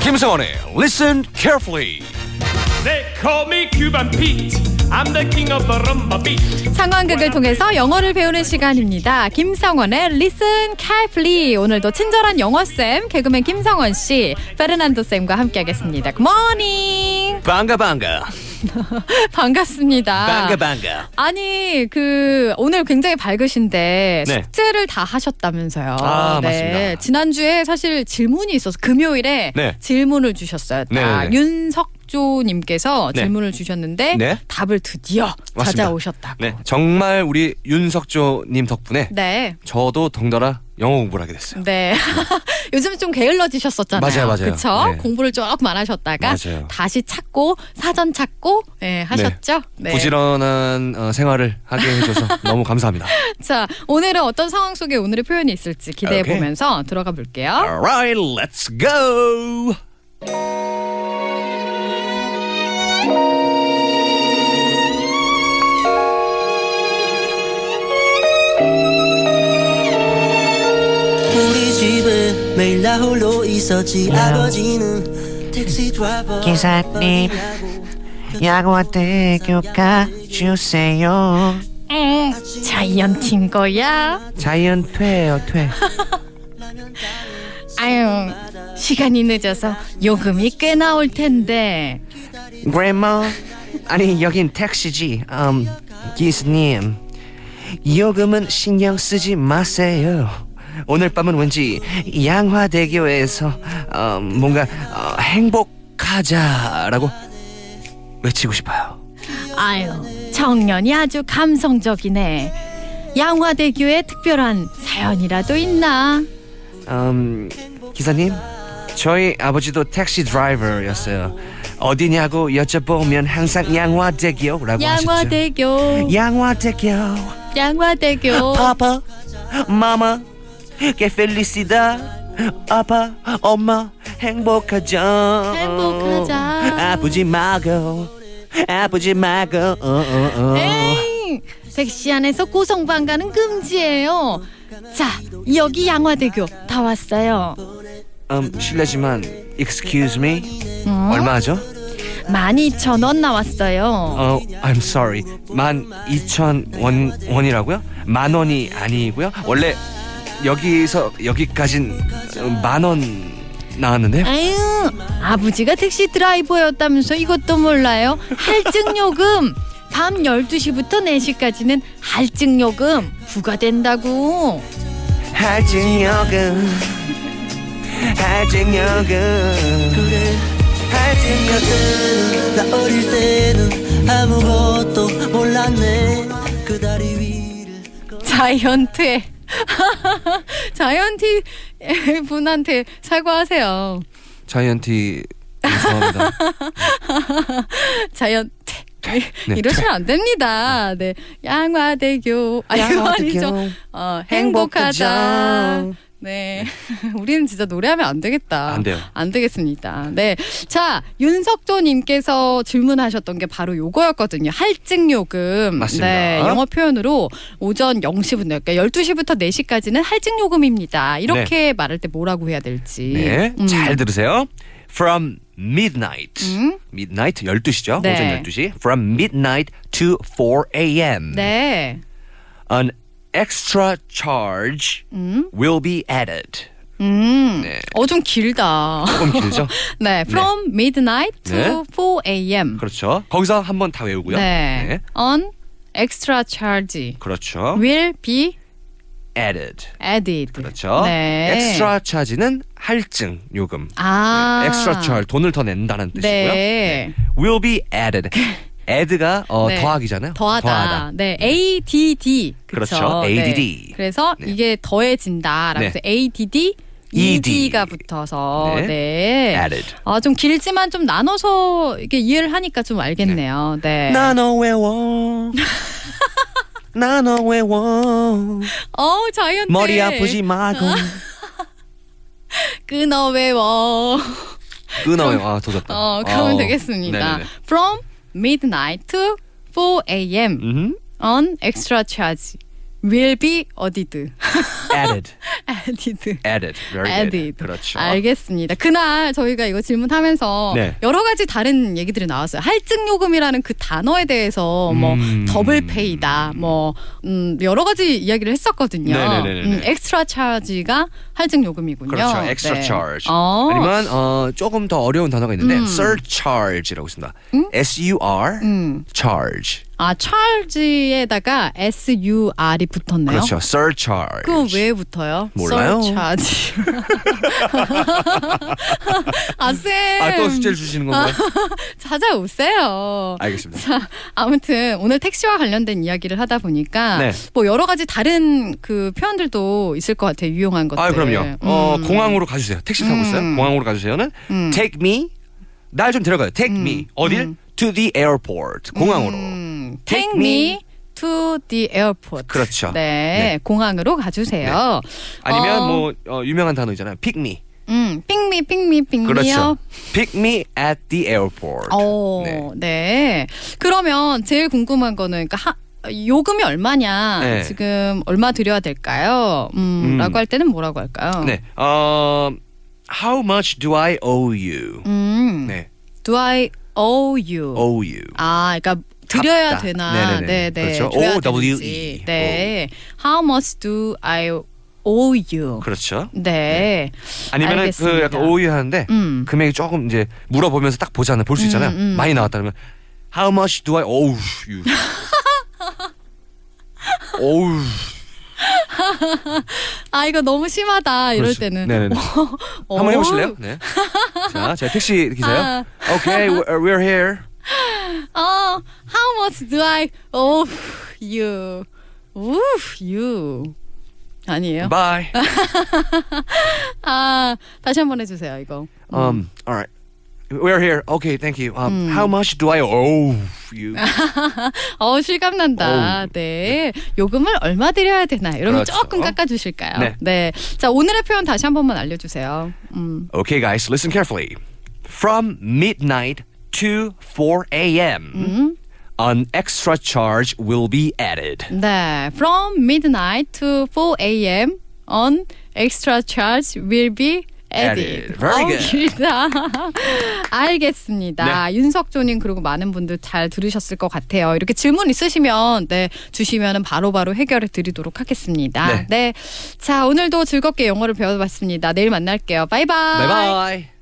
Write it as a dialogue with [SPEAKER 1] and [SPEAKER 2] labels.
[SPEAKER 1] 김성원의 Listen Carefully.
[SPEAKER 2] They call me Cuban Pete. I'm the king of the rumba beat.
[SPEAKER 3] 상황극을 통해서 영어를 배우는 시간입니다. 김성원의 Listen Carefully. 오늘도 친절한 영어쌤, 개그맨 김성원 씨, 페르난도 쌤과 함께하겠습니다. Good morning.
[SPEAKER 1] 반가 반가.
[SPEAKER 3] 반갑습니다.
[SPEAKER 1] 반가 반가.
[SPEAKER 3] 아니 그 오늘 굉장히 밝으신데
[SPEAKER 1] 네.
[SPEAKER 3] 숙제를 다 하셨다면서요. 네.
[SPEAKER 1] 아, 맞습니다.
[SPEAKER 3] 지난주에 사실 질문이 있어서 금요일에
[SPEAKER 1] 네.
[SPEAKER 3] 질문을 주셨어요.
[SPEAKER 1] 네, 네,
[SPEAKER 3] 아,
[SPEAKER 1] 네.
[SPEAKER 3] 윤석조 님께서
[SPEAKER 1] 네.
[SPEAKER 3] 질문을 주셨는데
[SPEAKER 1] 네.
[SPEAKER 3] 답을 드디어
[SPEAKER 1] 맞습니다.
[SPEAKER 3] 찾아오셨다고.
[SPEAKER 1] 네, 정말 우리 윤석조님 덕분에
[SPEAKER 3] 네.
[SPEAKER 1] 저도 덩달아 영어 공부를 하게 됐어요.
[SPEAKER 3] 네. 요즘 좀
[SPEAKER 1] 맞아요,
[SPEAKER 3] 게을러지셨었잖아요.
[SPEAKER 1] 맞아요.
[SPEAKER 3] 그쵸?
[SPEAKER 1] 네.
[SPEAKER 3] 공부를 조금 안 하셨다가
[SPEAKER 1] 맞아요.
[SPEAKER 3] 다시 찾고 사전 찾고 예, 하셨죠? 네.
[SPEAKER 1] 부지런한 어, 생활을 하게 해줘서 너무 감사합니다.
[SPEAKER 3] 자, 오늘은 어떤 상황 속에 오늘의 표현이 있을지 기대해
[SPEAKER 1] 오케이. 아.
[SPEAKER 3] 보면서 들어가 볼게요.
[SPEAKER 1] Alright, let's go.
[SPEAKER 4] 우리 집에 매일 나 홀로 있었지 아버지는 택시 드라이버
[SPEAKER 5] 기사님. 야구와대교가 주세요.
[SPEAKER 3] 응, 자이언티인 거야.
[SPEAKER 5] 자이언 퇴요 퇴.
[SPEAKER 3] 아유, 시간이 늦어서 요금이 꽤 나올 텐데.
[SPEAKER 5] 그래머 아니 여긴 택시지. 음 기사님 요금은 신경 쓰지 마세요. 오늘 밤은 왠지 양화대교에서 어, 뭔가 어, 행복하자라고 외치고 싶어요.
[SPEAKER 3] 아유, 청년이 아주 감성적이네. 양화대교에 특별한 사연이라도 있나?
[SPEAKER 1] 뭐
[SPEAKER 5] 음, 기사님, 저희 아버지도 택시 드라이버였어요. 어디냐고 여쭤보면 항상 양화대교라고 하셨죠.
[SPEAKER 3] 양화대교,
[SPEAKER 5] 양화대교,
[SPEAKER 3] 양화대교.
[SPEAKER 1] 아,
[SPEAKER 5] 파파, 마마, 게 펠리시다, 아빠, 엄마, 행복하자.
[SPEAKER 3] 행복하자.
[SPEAKER 5] 아프지 말고, 아프지 말고. 어, 어, 어.
[SPEAKER 3] 에이, 택시 안에서 고성방가는 금지예요. 자, 여기 양화대교 다 왔어요.
[SPEAKER 5] 음, 실례지만, excuse me,
[SPEAKER 3] 음,
[SPEAKER 5] 얼마죠?
[SPEAKER 3] 12,000원 나왔어요.
[SPEAKER 5] 어, I'm sorry. 만 이천 원 원이라고요? 만 원이 아니고요. 원래 여기서 여기까진 만 원
[SPEAKER 3] 음.
[SPEAKER 5] 나왔는데.
[SPEAKER 3] 아유, 아버지가 택시 드라이버였다면서 이것도 몰라요. 할증 요금 밤 12시부터 4시까지는 할증 요금 부과된다고.
[SPEAKER 5] 할증여금. 할증여금.
[SPEAKER 4] 나 어릴 때는 아무것도 몰랐네 그 다리 위를
[SPEAKER 3] 자이언트의 자이언티 분한테 사과하세요.
[SPEAKER 5] 자이언티 죄송합니다.
[SPEAKER 3] 자이언트
[SPEAKER 5] 네,
[SPEAKER 3] 이러시면 안 됩니다. 네. 양화대교. 아, 양화대교. 어, 행복하자. 네. 우리는 진짜 노래하면 안 되겠다.
[SPEAKER 5] 안 돼요.
[SPEAKER 3] 안 되겠습니다. 네. 자, 윤석조님께서 질문하셨던 게 바로 요거였거든요. 할증요금.
[SPEAKER 5] 맞습니다.
[SPEAKER 3] 네. 영어 표현으로 오전 0시부터, 그러니까 12시부터 4시까지는 할증요금입니다. 이렇게 말할 때 뭐라고 해야 될지.
[SPEAKER 1] 네,
[SPEAKER 3] 음.
[SPEAKER 1] 잘 들으세요. From midnight.
[SPEAKER 3] 음.
[SPEAKER 1] midnight 12시죠.
[SPEAKER 3] 네.
[SPEAKER 1] 오전 12시. From midnight to 4 a.m.
[SPEAKER 3] 네.
[SPEAKER 1] An extra charge
[SPEAKER 3] 음.
[SPEAKER 1] will be added.
[SPEAKER 3] 음. 어, 좀 길다.
[SPEAKER 1] 조금 길죠?
[SPEAKER 3] 네, from midnight to
[SPEAKER 1] 네.
[SPEAKER 3] 4 a.m.
[SPEAKER 1] 그렇죠. 거기서 한번 다 외우고요.
[SPEAKER 3] 네. on extra charge
[SPEAKER 1] 그렇죠.
[SPEAKER 3] will be
[SPEAKER 1] added.
[SPEAKER 3] added.
[SPEAKER 1] 그렇죠.
[SPEAKER 3] 네.
[SPEAKER 1] 엑스트라 차지는 할증 요금.
[SPEAKER 3] 아.
[SPEAKER 1] 엑스트라 차 돈을 더 낸다는 네, 뜻이고요.
[SPEAKER 3] 네. 그
[SPEAKER 1] will be added. add가 어,
[SPEAKER 3] 네.
[SPEAKER 1] 더하기잖아요.
[SPEAKER 3] 더하다. 네, ADD. 그쵸?
[SPEAKER 1] 그렇죠.
[SPEAKER 3] 네.
[SPEAKER 1] ADD.
[SPEAKER 3] 그래서
[SPEAKER 1] 네.
[SPEAKER 3] 이게 더해진다라고
[SPEAKER 1] 네.
[SPEAKER 3] 해서 ADD ED가 E 붙어서
[SPEAKER 1] 네.
[SPEAKER 3] 네.
[SPEAKER 1] added.
[SPEAKER 3] 아, 좀 길지만 좀 나눠서 이게 이해를 하니까 좀 알겠네요. 네.
[SPEAKER 5] 나너 외워. 나너 외워.
[SPEAKER 3] 어우, 자이언트.
[SPEAKER 5] 머리 아프지 마고.
[SPEAKER 3] 끊어 외워.
[SPEAKER 1] 끊어요. 아, 도졌다.
[SPEAKER 3] 어, 그러면 되겠습니다. From midnight to 4 a.m.
[SPEAKER 1] 음.
[SPEAKER 3] on extra charge will be added.
[SPEAKER 1] added,
[SPEAKER 3] added.
[SPEAKER 1] added, very
[SPEAKER 3] added.
[SPEAKER 1] good. 그렇죠.
[SPEAKER 3] 알겠습니다. 그날 저희가 이거 질문하면서
[SPEAKER 1] 네.
[SPEAKER 3] 여러 가지 다른 얘기들이 나왔어요. 할증 요금이라는 그 단어에 대해서 뭐
[SPEAKER 1] 음.
[SPEAKER 3] 더블 페이다, 뭐 음, 여러 가지 이야기를 했었거든요.
[SPEAKER 1] 네네네네네.
[SPEAKER 3] 음, 엑스트라 차지가 할증 요금이군요.
[SPEAKER 1] 그렇죠. extra
[SPEAKER 3] 네.
[SPEAKER 1] charge.
[SPEAKER 3] 어.
[SPEAKER 1] 아니면 어, 조금 더 어려운 단어가 있는데
[SPEAKER 3] 음.
[SPEAKER 1] surcharge라고 씁니다. S U R
[SPEAKER 3] 음.
[SPEAKER 1] charge.
[SPEAKER 3] 아, charge에다가 S U R이 붙었네요.
[SPEAKER 1] 그렇죠. surcharge.
[SPEAKER 3] 그거 왜 붙어요?
[SPEAKER 1] 몰라요.
[SPEAKER 3] surcharge. 아, 쌤.
[SPEAKER 1] 아또 숙제를 주시는 건가요?
[SPEAKER 3] 찾아오세요.
[SPEAKER 1] 알겠습니다.
[SPEAKER 3] 자, 아무튼 오늘 택시와 관련된 이야기를 하다 보니까
[SPEAKER 1] 네.
[SPEAKER 3] 뭐 여러 가지 다른 그 표현들도 있을 것 같아요. 유용한 것들.
[SPEAKER 1] 아 그럼요. 어
[SPEAKER 3] 음.
[SPEAKER 1] 공항으로 가주세요. 택시 타고 있어요. 공항으로 가주세요는
[SPEAKER 3] 음.
[SPEAKER 1] take me 날 좀 데려가요. take me 어딜 to the airport 공항으로.
[SPEAKER 3] 음, take me to the airport.
[SPEAKER 1] 그렇죠. 네.
[SPEAKER 3] 네, 공항으로 가주세요.
[SPEAKER 1] 아니면
[SPEAKER 3] 어,
[SPEAKER 1] 뭐 어, 유명한 단어 있잖아요. pick me.
[SPEAKER 3] 음, 핑미 핑미 핑미요.
[SPEAKER 1] 그렇죠. pick me at the airport.
[SPEAKER 3] 어,
[SPEAKER 1] 네.
[SPEAKER 3] 네. 그러면 제일 궁금한 거는 그러니까 하, 요금이 얼마냐?
[SPEAKER 1] 네.
[SPEAKER 3] 지금 얼마 드려야 될까요? 음,
[SPEAKER 1] 음.
[SPEAKER 3] 라고 할 때는 뭐라고 할까요?
[SPEAKER 1] 네. 어, how much do I owe you?
[SPEAKER 3] 음.
[SPEAKER 1] 네.
[SPEAKER 3] Do I owe you?
[SPEAKER 1] owe you.
[SPEAKER 3] 아, 그러니까 드려야
[SPEAKER 1] 갚다.
[SPEAKER 3] 되나?
[SPEAKER 1] 네네네.
[SPEAKER 3] 네네.
[SPEAKER 1] 그렇죠. E.
[SPEAKER 3] 줘야
[SPEAKER 1] OWE.
[SPEAKER 3] 되는지. 네. How much do I owe you?
[SPEAKER 1] 그렇죠.
[SPEAKER 3] 네.
[SPEAKER 1] 아니면은 그
[SPEAKER 3] 알겠습니다.
[SPEAKER 1] 약간 owe you 하는데
[SPEAKER 3] 음.
[SPEAKER 1] 금액이 조금 이제 물어보면서 딱 보잖아요. 볼 수 있잖아요.
[SPEAKER 3] 음, 음.
[SPEAKER 1] 많이 나왔다 그러면 how much do I owe you? owe.
[SPEAKER 3] 아, 이거 너무 심하다. 이럴
[SPEAKER 1] 그렇죠.
[SPEAKER 3] 때는. 어,
[SPEAKER 1] 네네네. 한번 해보실래요? 네. 자, 제 택시 기사요.
[SPEAKER 3] 아.
[SPEAKER 1] Okay, we're we're here.
[SPEAKER 3] 어, how much do I owe you? Ooh, you. 아니에요.
[SPEAKER 1] Bye.
[SPEAKER 3] 아, 다시 한번 해주세요, 이거.
[SPEAKER 1] Um. All right. We're here. Okay, thank you.
[SPEAKER 3] 음.
[SPEAKER 1] Um, how much do I owe you?
[SPEAKER 3] 어, 실감난다.
[SPEAKER 1] 어우.
[SPEAKER 3] 네. 요금을 얼마 드려야 되나? 이러면
[SPEAKER 1] 그렇죠.
[SPEAKER 3] 조금 깎아주실까요?
[SPEAKER 1] 네.
[SPEAKER 3] 자, 오늘의 표현 다시 한 번만 알려주세요. 음.
[SPEAKER 1] Okay, guys, listen carefully. From midnight to 4 a.m., an extra charge will be added.
[SPEAKER 3] 네. From midnight to 4 a.m. on extra charge will be added.
[SPEAKER 1] Added. Very
[SPEAKER 3] 어우,
[SPEAKER 1] good.
[SPEAKER 3] 길다. 알겠습니다. 윤석조님 그리고 많은 분들 잘 들으셨을 것 같아요. 이렇게 질문 있으시면 네 주시면은 바로바로 해결해 드리도록 하겠습니다.
[SPEAKER 1] 네.
[SPEAKER 3] 자 오늘도 즐겁게 영어를 배워봤습니다. 내일 만날게요. 바이바이.
[SPEAKER 1] Bye bye.